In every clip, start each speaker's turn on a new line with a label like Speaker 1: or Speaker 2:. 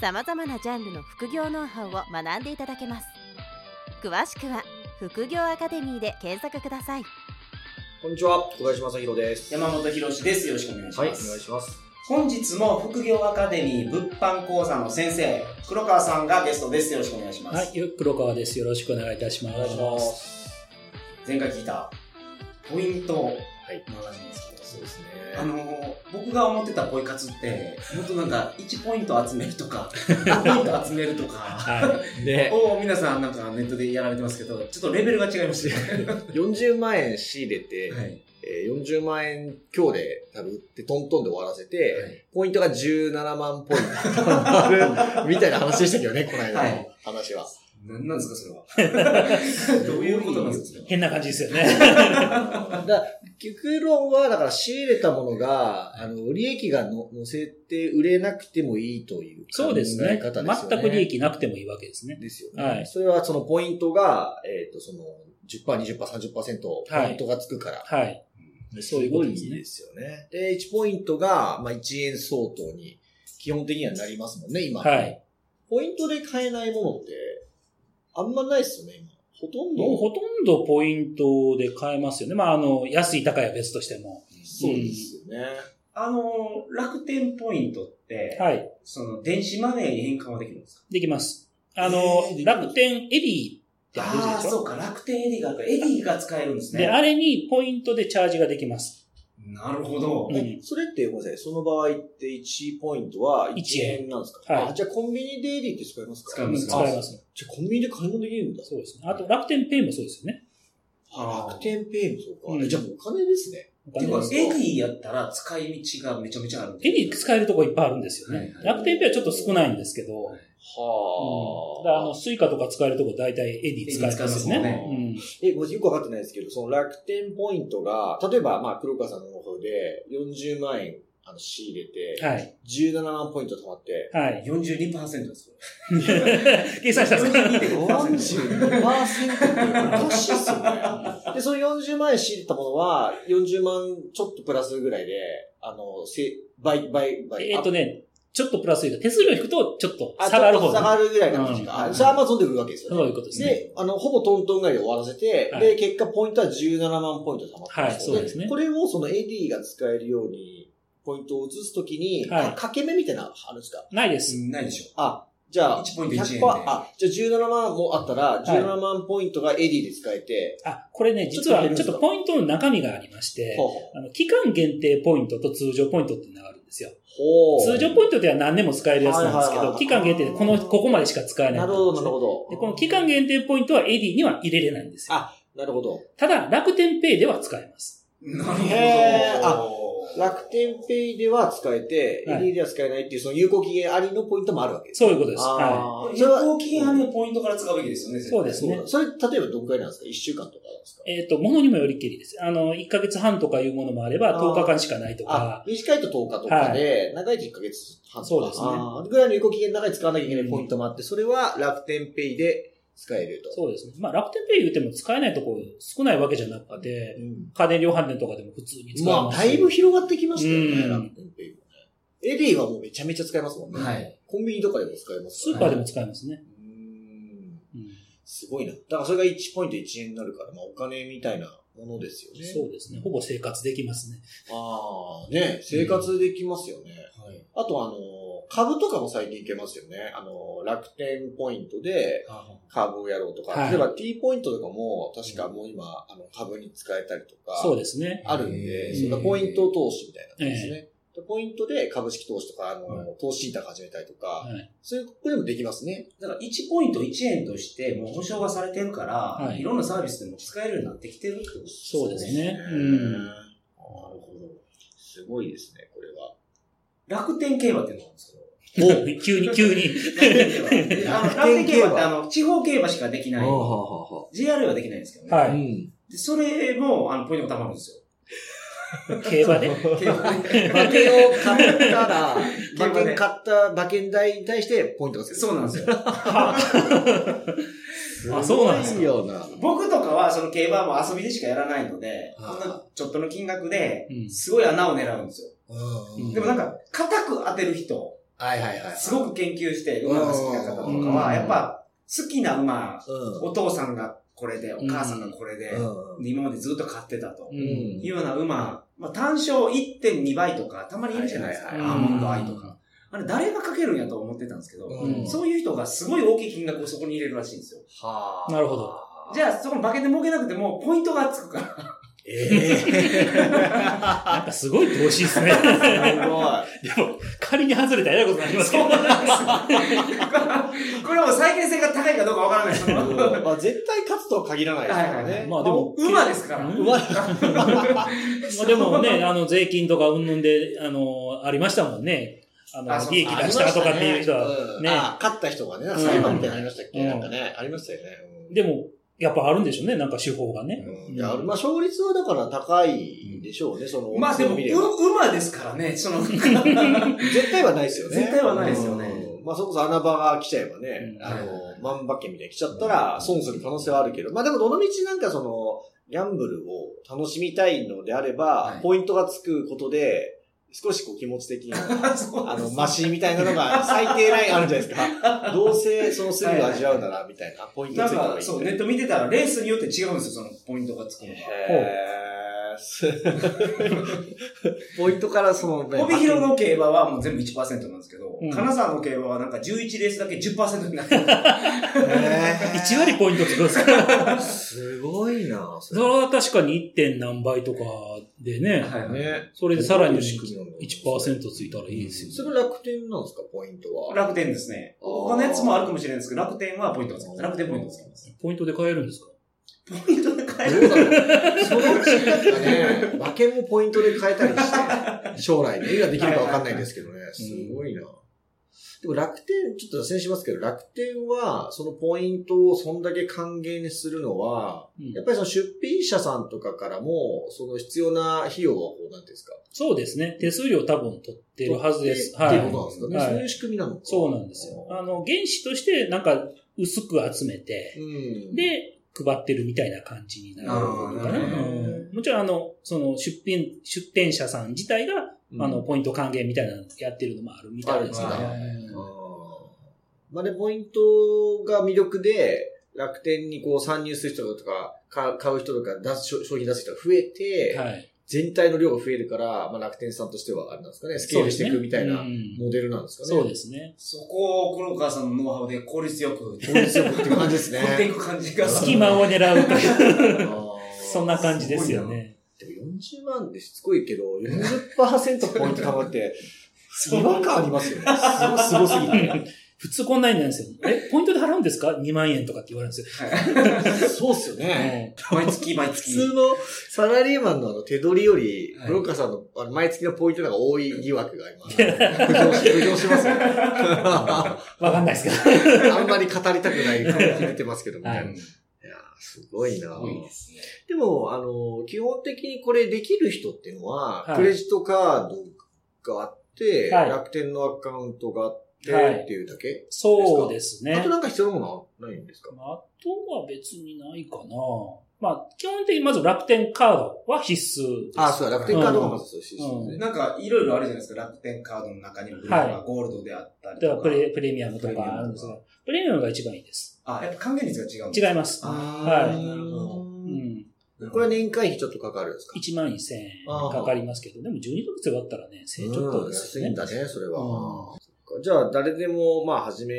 Speaker 1: さまざまなジャンルの副業ノウハウを学んでいただけます詳しくは副業アカデミーで検索ください
Speaker 2: こんにちは、小林正宏です。
Speaker 3: 山本博史です。よろしくお願いします。
Speaker 2: はい、お願いします。
Speaker 3: 本日も副業アカデミー物販講座の先生、黒川さんがゲストです。よろしくお願いします。
Speaker 4: はい、よ黒川です。よろしくお願いいたしま。
Speaker 3: お願いしますす。前回聞いたポイントの
Speaker 2: い
Speaker 3: 話ですけど、
Speaker 2: そうですね。
Speaker 3: あのー僕が思ってたポイ活って、もっとなんか1ポイント集めると か、5ポイント集めるとか、
Speaker 4: はい、
Speaker 2: で、
Speaker 3: を皆さんなんかネットでやられてますけど、ちょっとレベルが違いましたね。
Speaker 2: 40万円仕入れて、
Speaker 3: はい。
Speaker 2: えー40万円強で多分売ってトントンで終わらせて、
Speaker 3: はい
Speaker 2: ポイントが17万ポイントになる みたいな話でしたけどね、この間
Speaker 3: は
Speaker 2: の
Speaker 3: い
Speaker 2: 話は。
Speaker 3: 何なんですか、それは。 どういうことなんですか、それは。
Speaker 4: 変な感じですよね。
Speaker 2: だから極論は、だから仕入れたものが、あの、利益がの乗せて売れなくてもいいという
Speaker 4: そうです
Speaker 2: 考え
Speaker 4: ね。
Speaker 2: 方ですよね。
Speaker 4: 全く利益なくてもいいわけですね。
Speaker 2: ですよね。
Speaker 4: はい
Speaker 2: それはそのポイントが、えっ、と、その10%、20%、30%ポイントがつくから。
Speaker 4: はい。そういうことです
Speaker 2: ごい
Speaker 4: ね
Speaker 2: で。すよね。で、1ポイントが、まあ、1円相当に、基本的にはなりますもんね、今。
Speaker 4: はい。
Speaker 2: ポイントで買えないものって、あんまないですよね、今。ほとんど。
Speaker 4: もうほとんどポイントで買えますよね。まあ、あの、安い高いは別としても。
Speaker 2: そうですよね。
Speaker 3: あの、楽天ポイントって、
Speaker 4: はい。
Speaker 3: その、電子マネーに変換はできるんですか
Speaker 4: できます。あの、
Speaker 3: えーできる
Speaker 4: 楽天エディってあるでしょ
Speaker 3: うか、楽天エディがあるから、エディが使えるんです
Speaker 4: で、あれにポイントでチャージができます。
Speaker 3: なるほど
Speaker 4: う。ん
Speaker 2: えそれって、ごめんなさい、その場合って1ポイントは1円なんですか
Speaker 4: はい
Speaker 2: あじゃあコンビニデイリーって使いますか
Speaker 3: 使います
Speaker 4: 使
Speaker 3: あ
Speaker 4: えます。
Speaker 2: じゃあコンビニで買い物できるんだ。
Speaker 4: そうですね。あと、楽天ペイもそうですよね。
Speaker 3: あー
Speaker 2: 楽天ペイもそうか。
Speaker 4: うん
Speaker 2: じゃあもうお金ですね。
Speaker 4: お
Speaker 3: て
Speaker 4: 金
Speaker 3: か
Speaker 4: です
Speaker 3: エディやったら使い道がめちゃめちゃあるんです
Speaker 4: エディ使えるとこいっぱいあるんですよね。
Speaker 3: はいはい
Speaker 4: 楽天ペイはちょっと少ないんですけど、
Speaker 3: はい
Speaker 4: うんだからあの、スイカとか使えるとこ大体エディ使えますよ
Speaker 3: エディ使えます
Speaker 4: ね。
Speaker 3: も
Speaker 4: うんん
Speaker 2: え、ごめんなさいよくわかってないですけど、その楽天ポイントが、例えば、まあ、黒川さんの方で40万円あの仕入れて、
Speaker 4: はい。
Speaker 2: 17万ポイント貯まって、
Speaker 4: はい。
Speaker 3: 42%ですよ。
Speaker 4: 計算したんですか
Speaker 2: 42%っておかしいっすよね。で、その40万円仕入れたものは、40万ちょっとプラスぐらいで、あの、せ倍、倍、倍。
Speaker 4: えっと
Speaker 2: ね、
Speaker 4: ね、ちょっとプラス入れた手数料引くと、ちょっと
Speaker 2: あ
Speaker 4: 下がる
Speaker 2: ちょ
Speaker 4: 方
Speaker 2: っと下が
Speaker 4: ね
Speaker 2: るぐらいの話か。
Speaker 3: うん
Speaker 2: あそれアマゾンで売るわけですよね。
Speaker 4: そういうことですね。
Speaker 2: で、あの、ほぼトントンぐらいで終わらせて、
Speaker 4: はい
Speaker 2: で、結果ポイントは17万ポイント貯まってますよ
Speaker 4: はいそうですね
Speaker 2: これをその AD が使えるように、ポイントを移すときに、
Speaker 4: はい
Speaker 2: か掛け目みたいなのあるんですか
Speaker 4: ないです。
Speaker 3: ないでしょ。
Speaker 2: あ、じゃあ、
Speaker 3: 1ポイント1円で
Speaker 2: 100%あ、じゃあ17万もあったら、17万ポイントが AD で使えて、
Speaker 4: あ、これね、実
Speaker 2: ちょっと減
Speaker 4: は
Speaker 2: るんで
Speaker 4: ちょ
Speaker 2: す
Speaker 4: っ
Speaker 2: か
Speaker 4: とポイントの中身がありまして、
Speaker 2: ほう
Speaker 4: あの期間限定ポイントと通常ポイントっていうのがあるんですよ。
Speaker 2: ほう。
Speaker 4: 通常ポイントでは何年も使えるやつなんですけ
Speaker 2: はいはいは
Speaker 4: ど、
Speaker 2: い
Speaker 4: 期間限定でこの、ここまでしか使えない。
Speaker 2: なるほど、なるほ
Speaker 4: で、
Speaker 2: ど。
Speaker 4: この期間限定ポイントはエディには入れれないんですよ。
Speaker 2: あなるほど。
Speaker 4: ただ、楽天ペイでは使えます。
Speaker 3: なる
Speaker 2: へーあ
Speaker 3: ほど。
Speaker 2: 楽天ペイでは使えて、
Speaker 4: はい
Speaker 2: AD では使えないっていう、その有効期限ありのポイントもあるわけです。
Speaker 4: そういうことです。は
Speaker 2: あー
Speaker 3: 有効期限あるポイントから使うべきですよね、
Speaker 4: い。そうですね。
Speaker 2: それ、例えばどんくらいなんですか ?1 週間とかなんですか
Speaker 4: えっ、と、ものにもよりけりです。あの、1ヶ月半とかいうものもあれば、
Speaker 2: あー
Speaker 4: 10日間しかないと
Speaker 2: あ
Speaker 4: か、、
Speaker 2: 短いと10日とかで、長いと1ヶ月半とか。
Speaker 4: そうですね
Speaker 2: あーぐらいの有効期限の中に使わなきゃいけないポイントもあって、それは楽天ペイで使えると。
Speaker 4: そうですね。まあ、楽天ペイ言っても使えないところ少ないわけじゃなくて、
Speaker 2: うん
Speaker 4: 家電量販店とかでも普通に使え
Speaker 2: ま
Speaker 4: ま
Speaker 2: あ、
Speaker 4: す
Speaker 2: だ
Speaker 4: し。
Speaker 2: いぶ広がってきましたよね、
Speaker 4: うん
Speaker 2: 楽天ペイもね。エディはもうめちゃめちゃ使えますもんね。
Speaker 3: はい。
Speaker 2: コンビニとかでも使えます
Speaker 4: ス
Speaker 2: から
Speaker 4: ーパーでも使えますね。
Speaker 2: うーん
Speaker 4: うん
Speaker 2: すごいな。だからそれが1ポイント1円になるから、まあお金みたいなものですよね。
Speaker 4: そうですね。ほぼ生活できますね。
Speaker 2: ああ、ね、生活できますよね。
Speaker 3: はい。
Speaker 2: あとあの、株とかも最近いけますよね。あの、楽天ポイントで株をやろうとか、
Speaker 4: はい
Speaker 2: 例えば T ポイントとかも確かもう今、あの株に使えたりとか、
Speaker 4: そうですね。
Speaker 2: あるんで、
Speaker 3: へ
Speaker 2: そ
Speaker 3: ー
Speaker 2: んなポイント投資みたいなのですね。でポイントで株式投資とか、あの、
Speaker 3: は
Speaker 2: 投資信託始めたりとか、
Speaker 4: はい
Speaker 2: そういうことでもできますね。
Speaker 3: だから1ポイント1円として、もう保証がされてるから、
Speaker 4: はい
Speaker 3: いろんなサービスでも使えるようになってきてるってことです
Speaker 4: そうですね。
Speaker 2: へー
Speaker 4: うん。
Speaker 2: なるほど。すごいですね、これは。
Speaker 3: 楽天競馬っていうのがあるんですけど、
Speaker 4: 急に、急に。
Speaker 3: あの、楽天競馬ってあの、地方競馬しかでき
Speaker 2: あ
Speaker 3: な。
Speaker 2: はいは
Speaker 3: JR はできないんですけどね。
Speaker 4: は
Speaker 2: う
Speaker 4: い。
Speaker 2: ん。
Speaker 3: でそれも、あの、ポイントが貯まるんです
Speaker 4: 競馬で。
Speaker 3: よ。競馬で
Speaker 2: 馬券を買ったら、
Speaker 3: 競馬
Speaker 2: 馬
Speaker 3: で
Speaker 2: 券買った馬券代に対してポイントがつく。
Speaker 3: そうなん ですよ。
Speaker 2: す
Speaker 4: あそうなんですか
Speaker 2: ごいよな。
Speaker 3: 僕とかは、その競馬も遊びでしかやらないので、こ
Speaker 2: あー
Speaker 3: んなちょっとの金額で、
Speaker 4: うん
Speaker 3: すごい穴を狙うんですよ。
Speaker 2: うん
Speaker 3: でもなんか、固く当てる人、
Speaker 2: はいはいはい。
Speaker 3: すごく研究して、馬が好きな方とか
Speaker 2: うん
Speaker 3: は、やっぱ、好きな馬、
Speaker 2: う
Speaker 3: お父さんがこれで、お母さんがこれで、
Speaker 2: ん。
Speaker 3: 今までずっと買ってたと。
Speaker 2: う
Speaker 4: う。
Speaker 2: ん
Speaker 3: いうような馬、まあ、単勝1.2倍とか、たまにいるじゃないですか。
Speaker 2: は
Speaker 3: ア
Speaker 2: い
Speaker 4: はいはい
Speaker 3: ーモンドアイとか。あれ、誰がかけるんやと思ってたんですけど、
Speaker 2: うん
Speaker 3: そういう人がすごい大きい金額をそこに入れるらしいんですよ。
Speaker 2: はあ。
Speaker 4: なるほど。
Speaker 3: じゃあ、そこの馬券で儲けなくても、ポイントがつくから。
Speaker 4: なんかすごい投資です ね。
Speaker 2: す
Speaker 4: でも、仮に外れたらえらいことになりますけど。
Speaker 3: これはもう再現性が高いかどうかわからないですけど。
Speaker 2: ごい。まあ絶対勝つとは限らないですから
Speaker 3: はいはいは
Speaker 2: ね。
Speaker 3: い
Speaker 4: まあでも、
Speaker 3: 馬ですから。
Speaker 4: うん
Speaker 2: うわ
Speaker 4: まあでもね、あの、税金とかうんぬんで、あの、ありましたもんね。あ
Speaker 3: あ
Speaker 4: の、
Speaker 3: そう
Speaker 4: 利益
Speaker 2: あ
Speaker 4: 出したとかっていう人は。
Speaker 2: りました
Speaker 4: ね
Speaker 2: あ勝った人がね、なんか裁判みたいになりましたっけなんかね、ありましたよね。うん
Speaker 4: でも、やっぱあるんでしょうね、なんか手法がね。
Speaker 2: うんいや、まあ、勝率はだから高いでしょうね、その。
Speaker 3: まあでも、
Speaker 2: そういう意味は
Speaker 3: う馬ですからね、その、
Speaker 2: 絶対はないですよね。
Speaker 3: 絶対はないですよね
Speaker 2: うん。まあ、それこそ穴場が来ちゃえばね
Speaker 4: う、ん
Speaker 2: あ
Speaker 3: はい
Speaker 2: の、万馬券みたいに来ちゃったら、損する可能性はあるけど、まあでも、どの道なんかその、ギャンブルを楽しみたいのであれ
Speaker 3: は
Speaker 2: ば
Speaker 3: い、
Speaker 2: ポイントがつくことで、少しこう気持ち 的に、
Speaker 3: そう
Speaker 2: あの、マシみたいなのが最低ラインあるんじゃないです か。どうせそのスリルを味わうなら、みたいな、ポイント
Speaker 3: な
Speaker 2: つ
Speaker 3: ん
Speaker 2: いた方
Speaker 3: か
Speaker 2: が、いい
Speaker 3: そ
Speaker 2: みたい
Speaker 3: う、ネッ
Speaker 2: な。
Speaker 3: ト見てたら、レースによって違うんですよ、そのポイントがつくのが。
Speaker 2: へーすポイントからその、ね
Speaker 3: 帯広の競馬はもう全部1%なんですけど、
Speaker 4: うん
Speaker 3: 金沢の競馬はなんか11レースだけ10%になってる。
Speaker 2: へ
Speaker 4: 1割ポイントつくんですから。
Speaker 2: ーすごいなそ
Speaker 4: それは確かに 1. 点何倍とかでね。
Speaker 3: はい
Speaker 2: ね。
Speaker 4: それでさらに
Speaker 2: どういう仕組みなの
Speaker 4: 1%ついたらいいですよね。
Speaker 2: それ楽天なんですか、ポイントは。
Speaker 3: 楽天ですね。
Speaker 2: あー
Speaker 3: 他のやつもあるかもしれないですけど、楽天はポイントがつきます。楽天ポイントがつきます。
Speaker 4: ポイントで買えるんですか
Speaker 3: ポイントで買え
Speaker 2: ど
Speaker 3: る。
Speaker 2: うだろうそのうちなんかね、馬券もポイントで変えたりして、将来ね、今できるかわかんないですけどね、すごいな。でも楽天、ちょっと脱線しますけど、楽天は、そのポイントをそんだけ還元にするのは、
Speaker 4: うん
Speaker 2: やっぱりその出品者さんとかからも、その必要な費用はこう、なんていうんですか、
Speaker 4: そうですね。手数料多分取ってるはずです。
Speaker 2: 取っ
Speaker 4: は
Speaker 2: て
Speaker 4: い
Speaker 2: っていう。ことなんですかね。
Speaker 4: はい
Speaker 2: そういう仕組みなのか
Speaker 4: そうなんですよ。あの、原資としてなんか薄く集めて、
Speaker 2: うん。
Speaker 4: で、配ってるみたいな感じになるのかな。
Speaker 3: あーなる
Speaker 2: ほど
Speaker 4: うんもちろん、あの、その出品、出店者さん自体が、
Speaker 2: うん
Speaker 4: あの、ポイント還元みたいなのやってるのもあるみたいですね。
Speaker 2: あるん
Speaker 3: です
Speaker 2: あーまあで、ポイントが魅力で、楽天にこう参入する人とか、か買う人とか出す、商商品出す人が増えて、
Speaker 4: はい。
Speaker 2: 全体の量が増えるから、まあ楽天さんとしては、あれなんですかね、スケールしていくみたいな
Speaker 4: そうですねうん
Speaker 2: モデルなんですかね。
Speaker 4: そうですね。
Speaker 3: そこを黒川さんのノウハウで効率よく、
Speaker 2: 効率よくっていう感じ ですね。
Speaker 3: 持っていく感じがす
Speaker 4: 隙
Speaker 3: る。
Speaker 4: 間を狙うという、
Speaker 2: あー
Speaker 4: そんな感じですよね。
Speaker 2: でも40万ってしつこいけど、40%ポイント貯まる って、違和感ありますよね。すごすごすぎて。
Speaker 4: 普通こんなになんですよ。え、ポイントで払うんですか ?2 万円とかって言われるんですよ。
Speaker 2: そうっすよね。
Speaker 3: 毎月毎
Speaker 2: 普
Speaker 3: 月。
Speaker 2: 通のサラリーマンのあの手取りより、
Speaker 3: はい
Speaker 2: 黒川さんのあの毎月のポイントの方が多い疑惑が今、 浮上し浮上しますよ あ
Speaker 4: わかんないですけど。
Speaker 2: んまり語りたくない感じ出てますけども、
Speaker 4: はい
Speaker 2: い、やーすごいな
Speaker 3: すごいですね。
Speaker 2: でも、あの、基本的にこれできる人っていうのは、
Speaker 4: はい
Speaker 2: クレジットカードがあって、
Speaker 4: はい
Speaker 2: 楽天のアカウントがあって、
Speaker 4: はい
Speaker 2: っていうだけ、
Speaker 4: そうですね。
Speaker 2: あとなんか必要なものはないんですか
Speaker 4: まああとは別にないかな。まあ、基本的にまず楽天カードは必須です。
Speaker 2: あ、そうだ、楽天カードがまずそうですね。
Speaker 4: うん
Speaker 3: なんか、いろいろあるじゃないですか。楽天カードの中にも、
Speaker 4: は
Speaker 3: ゴールドであったり
Speaker 4: で
Speaker 3: と
Speaker 4: は
Speaker 3: か。
Speaker 4: プレプレミアムとかあるんです
Speaker 3: プレミアム
Speaker 4: が、プレミアムが一番いいです。
Speaker 3: あ、やっぱ還元率が違うんです
Speaker 4: 違います。う
Speaker 3: あー
Speaker 4: はい
Speaker 3: なるほど。
Speaker 4: ん。
Speaker 2: これは年会費ちょっとかかるんですか
Speaker 4: 1万1000円かかりますけど、でも12ヶ月があったらね、せちょっとです
Speaker 2: うん安
Speaker 4: よ
Speaker 2: いん
Speaker 4: ね。
Speaker 2: だね、それ
Speaker 3: う
Speaker 2: は。じゃあ、誰でも、まあ、始め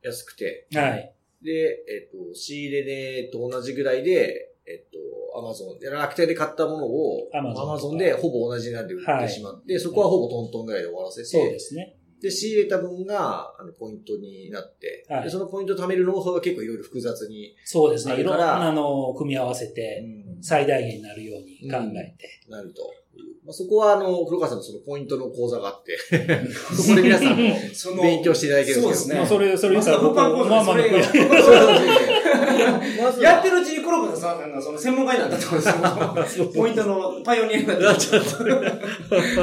Speaker 2: やすくて、
Speaker 4: はい。
Speaker 2: で、えっと、仕入れ値と同じぐらいで、えっと、アマゾン、楽天で買ったものを、ア
Speaker 4: Amazon
Speaker 2: マゾンでほぼ同じ値段で売っ
Speaker 4: は
Speaker 2: て
Speaker 4: い
Speaker 2: しまって、そこはほぼトントンぐらいで終わらせ
Speaker 4: そうで
Speaker 2: て、
Speaker 4: すね。
Speaker 2: で、仕入れた分が、あの、ポイントになって、
Speaker 4: はい
Speaker 2: でそのポイントを貯める農法が結構いろいろ複雑に、
Speaker 4: そうですね。
Speaker 2: あ
Speaker 4: い
Speaker 2: る
Speaker 4: ろ
Speaker 2: か
Speaker 4: ん
Speaker 2: ら
Speaker 4: なあの、組み合わせて、最大限になるように考えて。
Speaker 2: なるという。まあ、そこは、あの、黒川さんのそのポイントの講座があって、そこで皆さんも
Speaker 3: その
Speaker 2: 勉強していただけるんですけ
Speaker 3: そうです
Speaker 2: ど。
Speaker 3: ね
Speaker 4: まあ、それ、それ言ったら僕、
Speaker 3: マスターパンコース
Speaker 4: まあまあの、
Speaker 3: それ
Speaker 4: い
Speaker 2: そうですね。ま ずは
Speaker 3: やってるうちにコロコロさん、あのその専門家になったってことですよ。
Speaker 4: や そう
Speaker 3: ポイントのパイオニアにな
Speaker 4: な
Speaker 3: っ
Speaker 4: っち
Speaker 3: た
Speaker 4: ゃっ。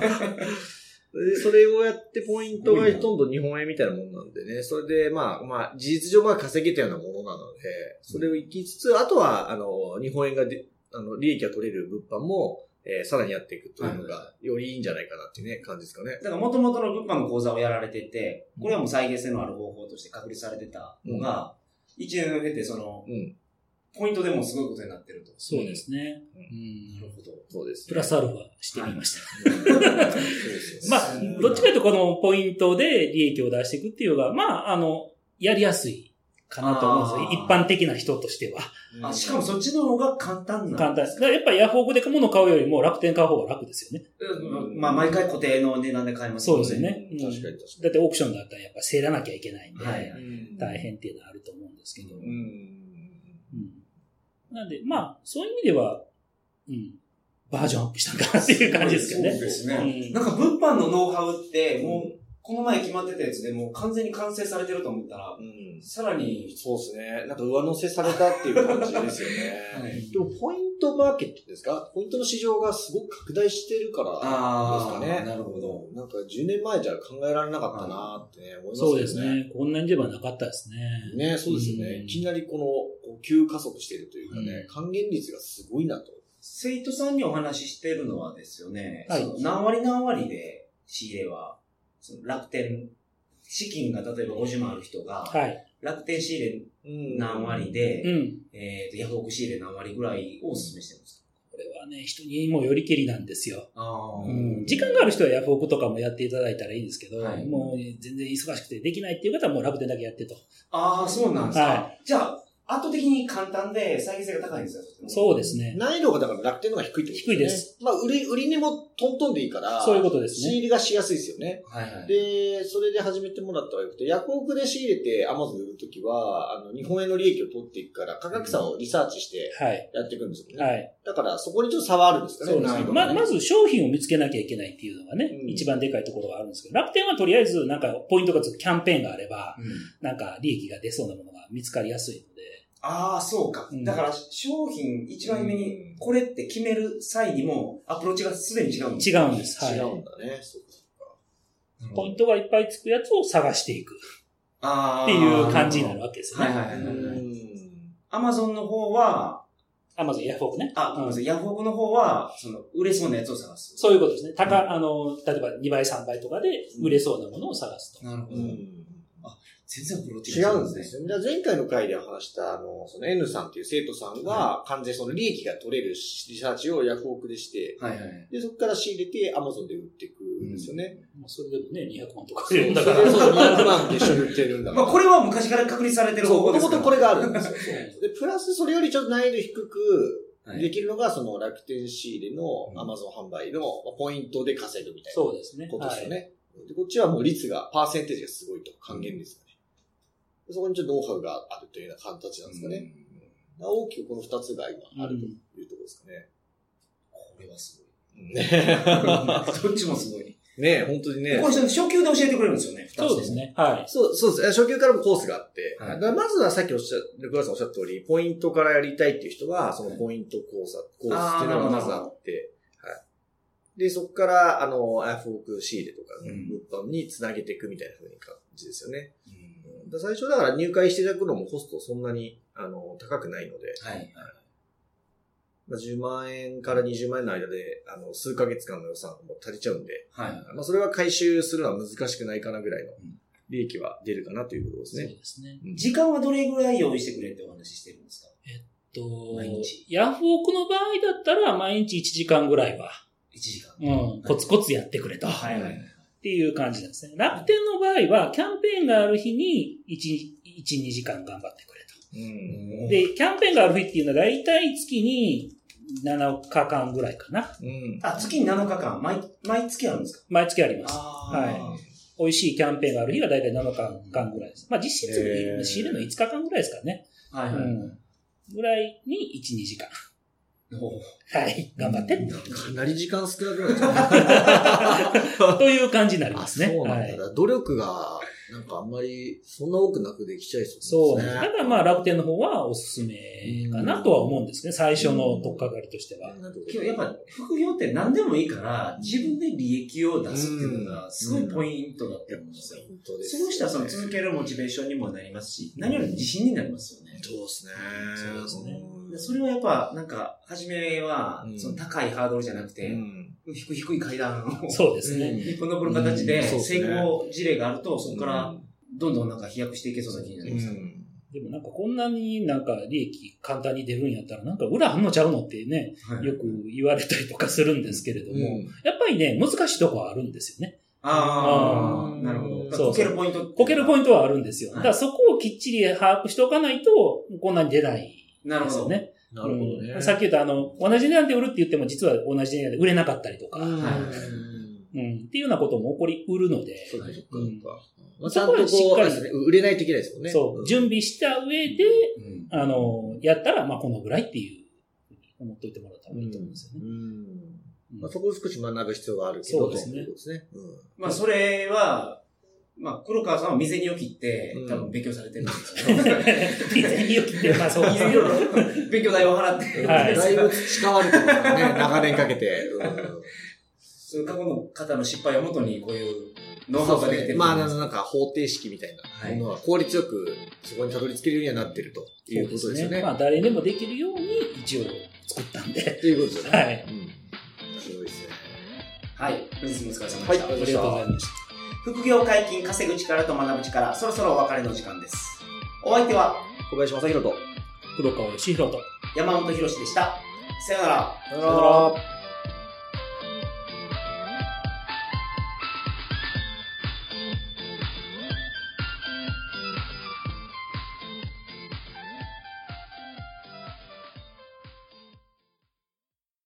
Speaker 2: でそれをやってポイントがほとんど日本円みたいなもんなんでね。それで、まあ、まあ、事実上まあ稼げたようなものなので、それを行きつつ、あとは、あの、日本円がで、あの、利益が取れる物販も、えーさらにやっていくというのが、よりいいんじゃないかなっていうね、感じですかね。
Speaker 3: だから元々の物販の講座をやられてて、これはもう再現性のある方法として確立されてたのが、一年を経てその、
Speaker 2: うん
Speaker 3: ポイントでもすごいことになってると。
Speaker 4: そうですね。
Speaker 3: なるほど。
Speaker 2: そうです、
Speaker 4: プラスアルファしてみました。まあ
Speaker 3: すごい、な
Speaker 4: どっちかというとこのポイントで利益を出していくっていうのが、まあ、あの、やりやすいかなと思うんですよ。
Speaker 3: あ
Speaker 4: 一
Speaker 3: ー
Speaker 4: 般的な人としては。
Speaker 3: あ、しかもそっちの方が簡単な。
Speaker 4: 簡単です。だからやっぱヤフオクで物買うよりも楽天買う方が楽ですよね。
Speaker 3: うんまあ、毎回固定の値段で買います
Speaker 4: そうですよね。
Speaker 2: 確かに確か
Speaker 4: うんだってオークションだったらやっぱ競らなきゃいけないんで、
Speaker 3: はい
Speaker 2: に。
Speaker 4: 大変っていうのはあると思うんですけど。
Speaker 2: う。
Speaker 3: うんん。
Speaker 4: うんなんで、まあ、そういう意味では、うん、バージョンアップしたんかなっていう感じですけどね。
Speaker 3: そうですね。
Speaker 4: うん
Speaker 3: なんか物販のノウハウって、もう、この前決まってたやつでもう完全に完成されてると思ったら、
Speaker 2: うん
Speaker 3: さらに、
Speaker 2: そうですね。なんか上乗せされたっていう感じですよね。
Speaker 3: は い
Speaker 2: でも、ポイントマーケットですかポイントの市場がすごく拡大してるから。
Speaker 3: ああ、
Speaker 2: ですかね
Speaker 3: なるほど。
Speaker 2: なんか10年前じゃ考えられなかったなーってね、思いますよね。
Speaker 4: そうです。ね。こんなんではなかったですね。
Speaker 2: ね、そうですよね。
Speaker 4: うん
Speaker 2: いきなりこの、こう急加速してるというか
Speaker 4: う
Speaker 2: ね
Speaker 4: ん、
Speaker 2: 還元率がすごいなと。
Speaker 3: 生徒さんにお話ししてるのはですよね、
Speaker 4: はい
Speaker 3: その何割何割で仕入れは、その楽天、資金が例えば50万ある人が、
Speaker 4: はい。
Speaker 3: 楽天仕入
Speaker 2: うん
Speaker 3: れ何割で、
Speaker 4: うん。
Speaker 3: えっと、ヤフオク仕入れ何割ぐらいをお勧めしてるんです
Speaker 4: これはね、人にもよりけりなんですよ。
Speaker 3: かあ
Speaker 4: うん時間がある人はヤフオクとかもやっていただいたらいいんですけど、
Speaker 3: はい
Speaker 4: もう全然忙しくてできないっていう方はもう楽天だけやってと。
Speaker 3: ああ、そうなんですか。
Speaker 4: は
Speaker 3: じゃあ、圧倒的に簡単で再現性が高いんですよ。
Speaker 4: そう
Speaker 3: う
Speaker 4: ですね。
Speaker 2: 難易度がだから楽天の方が低いってこと
Speaker 4: 低いで
Speaker 2: ですすね。まあ、売り、売り値もトントンでいいから、
Speaker 4: そういうことです
Speaker 2: 仕
Speaker 4: ね。
Speaker 2: 入れがしやすいですよね。
Speaker 3: はいはい。
Speaker 2: で、それで始めてもらったらよくて、ヤフオクで仕入れてアマゾンで売るときは、あの、日本円の利益を取っていくから、価格差をリサーチして
Speaker 4: はい。
Speaker 2: やっていくんですよね。
Speaker 4: はい。
Speaker 2: だから、そこにちょっと差はあるんですかね、
Speaker 4: そうです
Speaker 2: 難
Speaker 4: ね
Speaker 2: 易度が
Speaker 4: ま、まず商品を見つけなきゃいけないっていうのがね、
Speaker 2: うん
Speaker 4: 一番でかいところがあるんですけど、楽天はとりあえずなんかポイントがつくキャンペーンがあれば、
Speaker 3: うん
Speaker 4: なんか利益が出そうなものが見つかりやすいので、
Speaker 3: ああ、そうか。
Speaker 4: うん
Speaker 3: だから、商品一番目に
Speaker 2: う、ん
Speaker 3: これって決める際にも、アプローチがすでに違うんです
Speaker 4: 違うんです。はい。
Speaker 2: 違うんだね。そうか
Speaker 4: ポイントがいっぱいつくやつを探していく
Speaker 3: ああ。
Speaker 4: っていう感じになるわけです
Speaker 3: はい
Speaker 4: ね。
Speaker 3: はいはいはいはい。
Speaker 2: うん
Speaker 3: アマゾンの方は、
Speaker 4: アマゾン、ヤフオクね。
Speaker 3: あ、ごめんなさい、ヤフオクの方は、その、売れそうなやつを探す。
Speaker 4: そういうことですね。高、
Speaker 3: うん
Speaker 4: あの、例えば2倍、3倍とかで売れそうなものを探すと。
Speaker 3: なるほ
Speaker 2: う
Speaker 3: ど。
Speaker 2: ん
Speaker 3: 全然アプローチ
Speaker 2: 違
Speaker 3: が
Speaker 2: うんです。よね。だから前回の回で話した、あの、その N さんっていう生徒さんは、完全にその利益が取れるリサーチをヤフオクでして、
Speaker 3: はいはい。
Speaker 2: で、そこから仕入れて Amazon で売っていくんですよね。
Speaker 4: もうそれでもね、200万とかで。
Speaker 2: そ
Speaker 4: だ
Speaker 2: れ
Speaker 4: か
Speaker 2: で
Speaker 4: ら、
Speaker 2: そう、200万と一緒に売ってるんだか
Speaker 3: まあ、
Speaker 2: ら。
Speaker 3: これは昔から確立されてる
Speaker 2: そう、も
Speaker 3: 方法
Speaker 2: と
Speaker 3: で
Speaker 2: も
Speaker 3: すから
Speaker 2: とこれがあるんですよ。そうで、プラスそれよりちょっと難易度低く、
Speaker 3: はい
Speaker 2: できるのが、その楽天仕入れの
Speaker 3: うん
Speaker 2: Amazon 販売のまあポイントで稼ぐみたいな
Speaker 4: そうですね。
Speaker 2: ことですよ
Speaker 4: はい。
Speaker 2: ね。でこっちはもう率が、パーセンテージがすごいと、還元率がね。でそこにちょっとノウハウがあるというような形なんですかね。大きくこの二つが今あるというところですかね。
Speaker 3: これはす
Speaker 2: ね
Speaker 3: ごい。 どっちもすごい。
Speaker 2: ね本当にね
Speaker 3: これ、。初級で教えてくれるんですよね。
Speaker 4: そうです。ね。はい。
Speaker 2: そう、そうです。初級からもコースがあって、
Speaker 3: はい
Speaker 2: だからまずはさっきおっしゃ、ルクラさんおっしゃった通り、ポイントからやりたいっていう人は、そのポイント講座、コースっていうのがまずあって、はい。で、そこから、あの、アフォーク仕入れとか、
Speaker 3: うん
Speaker 2: 物販につなげていくみたいな風に感じですよね。
Speaker 3: うん
Speaker 2: だから最初だから入会していただくのもコストそんなに、あの、高くないので、
Speaker 3: はいはい。
Speaker 2: まあ、10万円から20万円の間で、あの、数ヶ月間の予算も足りちゃうんで、
Speaker 3: はい。
Speaker 2: まあ、それは回収するのは難しくないかなぐらいの
Speaker 3: ん
Speaker 2: 利益は出るかなということです
Speaker 4: そう
Speaker 2: ね。
Speaker 4: ですね。
Speaker 2: うん
Speaker 3: 時間はどれぐらい用意してくれってお話ししてるんですか
Speaker 4: と
Speaker 3: 毎日、
Speaker 4: ヤフオクの場合だったら、毎日1時間ぐらいは、
Speaker 3: ?1 時間。
Speaker 4: うん、コツコツやってくれと。
Speaker 3: はいはい。
Speaker 4: っていう感じなんですね。楽天の場合は、キャンペーンがある日に1、1 2時間頑張ってくれと。
Speaker 2: うん。
Speaker 4: で、キャンペーンがある日っていうのは、だいたい月に7日間ぐらいかな。
Speaker 2: うん。
Speaker 3: あ、月に7日間、毎、毎月あるんですか
Speaker 4: 毎月あります。
Speaker 3: あ。
Speaker 4: ーはい美味しいキャンペーンがある日が大体7日間ぐらいです。まあ実質
Speaker 2: へー
Speaker 4: 仕入れの5日間ぐらいですからね。
Speaker 3: はいはい。
Speaker 4: うん。ぐらいに1、2時間。
Speaker 3: おう
Speaker 4: はい。頑張ってって。
Speaker 2: かなり時間少なくなっちゃう。
Speaker 4: という感じになりま
Speaker 2: あ、
Speaker 4: す
Speaker 2: そ
Speaker 4: ね。
Speaker 2: うなんだ。
Speaker 4: はい
Speaker 2: だから努力が、なんかあんまり、そんな多くなくできちゃいそ
Speaker 4: そ
Speaker 2: で
Speaker 4: うう
Speaker 2: す
Speaker 4: なんで
Speaker 2: ね。
Speaker 4: す。だからまあ楽天の方はおすすめかなとは思うんですね。最初の取っかかりとしては。
Speaker 3: 今日やっぱ副業って何でもいいから、自分で利益を出すっていうのが、すごいポイントだと
Speaker 2: いや、
Speaker 3: 思うんですよ。
Speaker 2: 本当です
Speaker 3: そうしたらその続けるモチベーションにもなりますし、何より自信になりますよね。
Speaker 2: そうですね。
Speaker 3: そうですね
Speaker 2: うん
Speaker 3: でそれはやっぱ、なんか、初めは
Speaker 2: う、ん
Speaker 3: その高いハードルじゃなくて、
Speaker 2: うん
Speaker 3: 低い低い階段を、
Speaker 4: そうですね。
Speaker 3: 一本登る形で、
Speaker 2: うんそうです
Speaker 3: 成
Speaker 2: ね
Speaker 3: 功事例があると、そこか
Speaker 2: う
Speaker 3: ら、
Speaker 2: ん
Speaker 3: どんどんなんか飛躍していけそうな気になります。
Speaker 4: でもなんかこんなになんか利益簡単に出るんやったらなんか裏あんのちゃうのってね、
Speaker 3: はい
Speaker 4: よく言われたりとかするんですけれど
Speaker 2: う
Speaker 4: も、
Speaker 2: ん
Speaker 4: やっぱりね、難しいとこはあるんですよね。
Speaker 3: あ
Speaker 2: う
Speaker 3: あ、
Speaker 2: ん
Speaker 3: なるほど。
Speaker 4: そう
Speaker 3: こけるポイント。
Speaker 4: こけるポイ
Speaker 3: ン
Speaker 4: ントはあるんですよ。
Speaker 3: はい
Speaker 4: だからそこをきっちり把握しておかないと、こんなに出ない
Speaker 3: ト。なる
Speaker 4: で
Speaker 3: ほ
Speaker 4: すよ
Speaker 3: ど。
Speaker 4: ね。
Speaker 2: なるほど
Speaker 4: う
Speaker 2: ね。
Speaker 4: んさっき言ったあの、同じ値段で売るって言っても実は同じ値段で売れなかったりとか、
Speaker 2: うん
Speaker 3: はい
Speaker 4: うん、っていうようなことも起こりうるので、
Speaker 2: そうか、そうか
Speaker 4: うん
Speaker 2: まあ。ちゃんとこう
Speaker 4: そこはしっかり
Speaker 2: あれですね売れないといけないですもんね。
Speaker 4: そう、
Speaker 2: ん
Speaker 4: 準備した上で、
Speaker 3: うん
Speaker 4: あの、やったら、まあ、このぐらいっていう、思っといてもらった方がいいと思うんですよね。
Speaker 2: うん
Speaker 4: うん
Speaker 2: まあ、そこを少し学ぶ必要があるけど、
Speaker 4: そうですね
Speaker 2: ということですね。
Speaker 3: まあ、それは、まあ、黒川さんは未然に起きって、多分勉強されてるんですけ ど、
Speaker 4: いやいいよ切って、まあ、そうです
Speaker 3: い
Speaker 4: ね。
Speaker 3: ろいろ勉強代を払って、
Speaker 2: うん
Speaker 4: はい
Speaker 2: だいぶ培われて るからね、長年かけて。うん
Speaker 3: そういう過去の方の失敗をもとに、こういうノウハウができてる。
Speaker 2: まあ、あの、なんか方程式みたいなものは効率よくそこにたどり着けるようにはなってるということですよね。
Speaker 4: まあ、誰でもできるように、一応作ったんで。
Speaker 2: ということですよね。
Speaker 4: はい
Speaker 2: うん。すごいですね。
Speaker 3: はい。本日もお疲れ様でした。
Speaker 2: はい
Speaker 4: ありがとうございました。
Speaker 3: 副業解禁、稼ぐ力と学ぶ力、そろそろお別れの時間です。お相手は
Speaker 2: 小林正宏と。
Speaker 4: 黒川義弘と。
Speaker 3: 山本博史でした。さよなら。
Speaker 2: さ
Speaker 3: よなら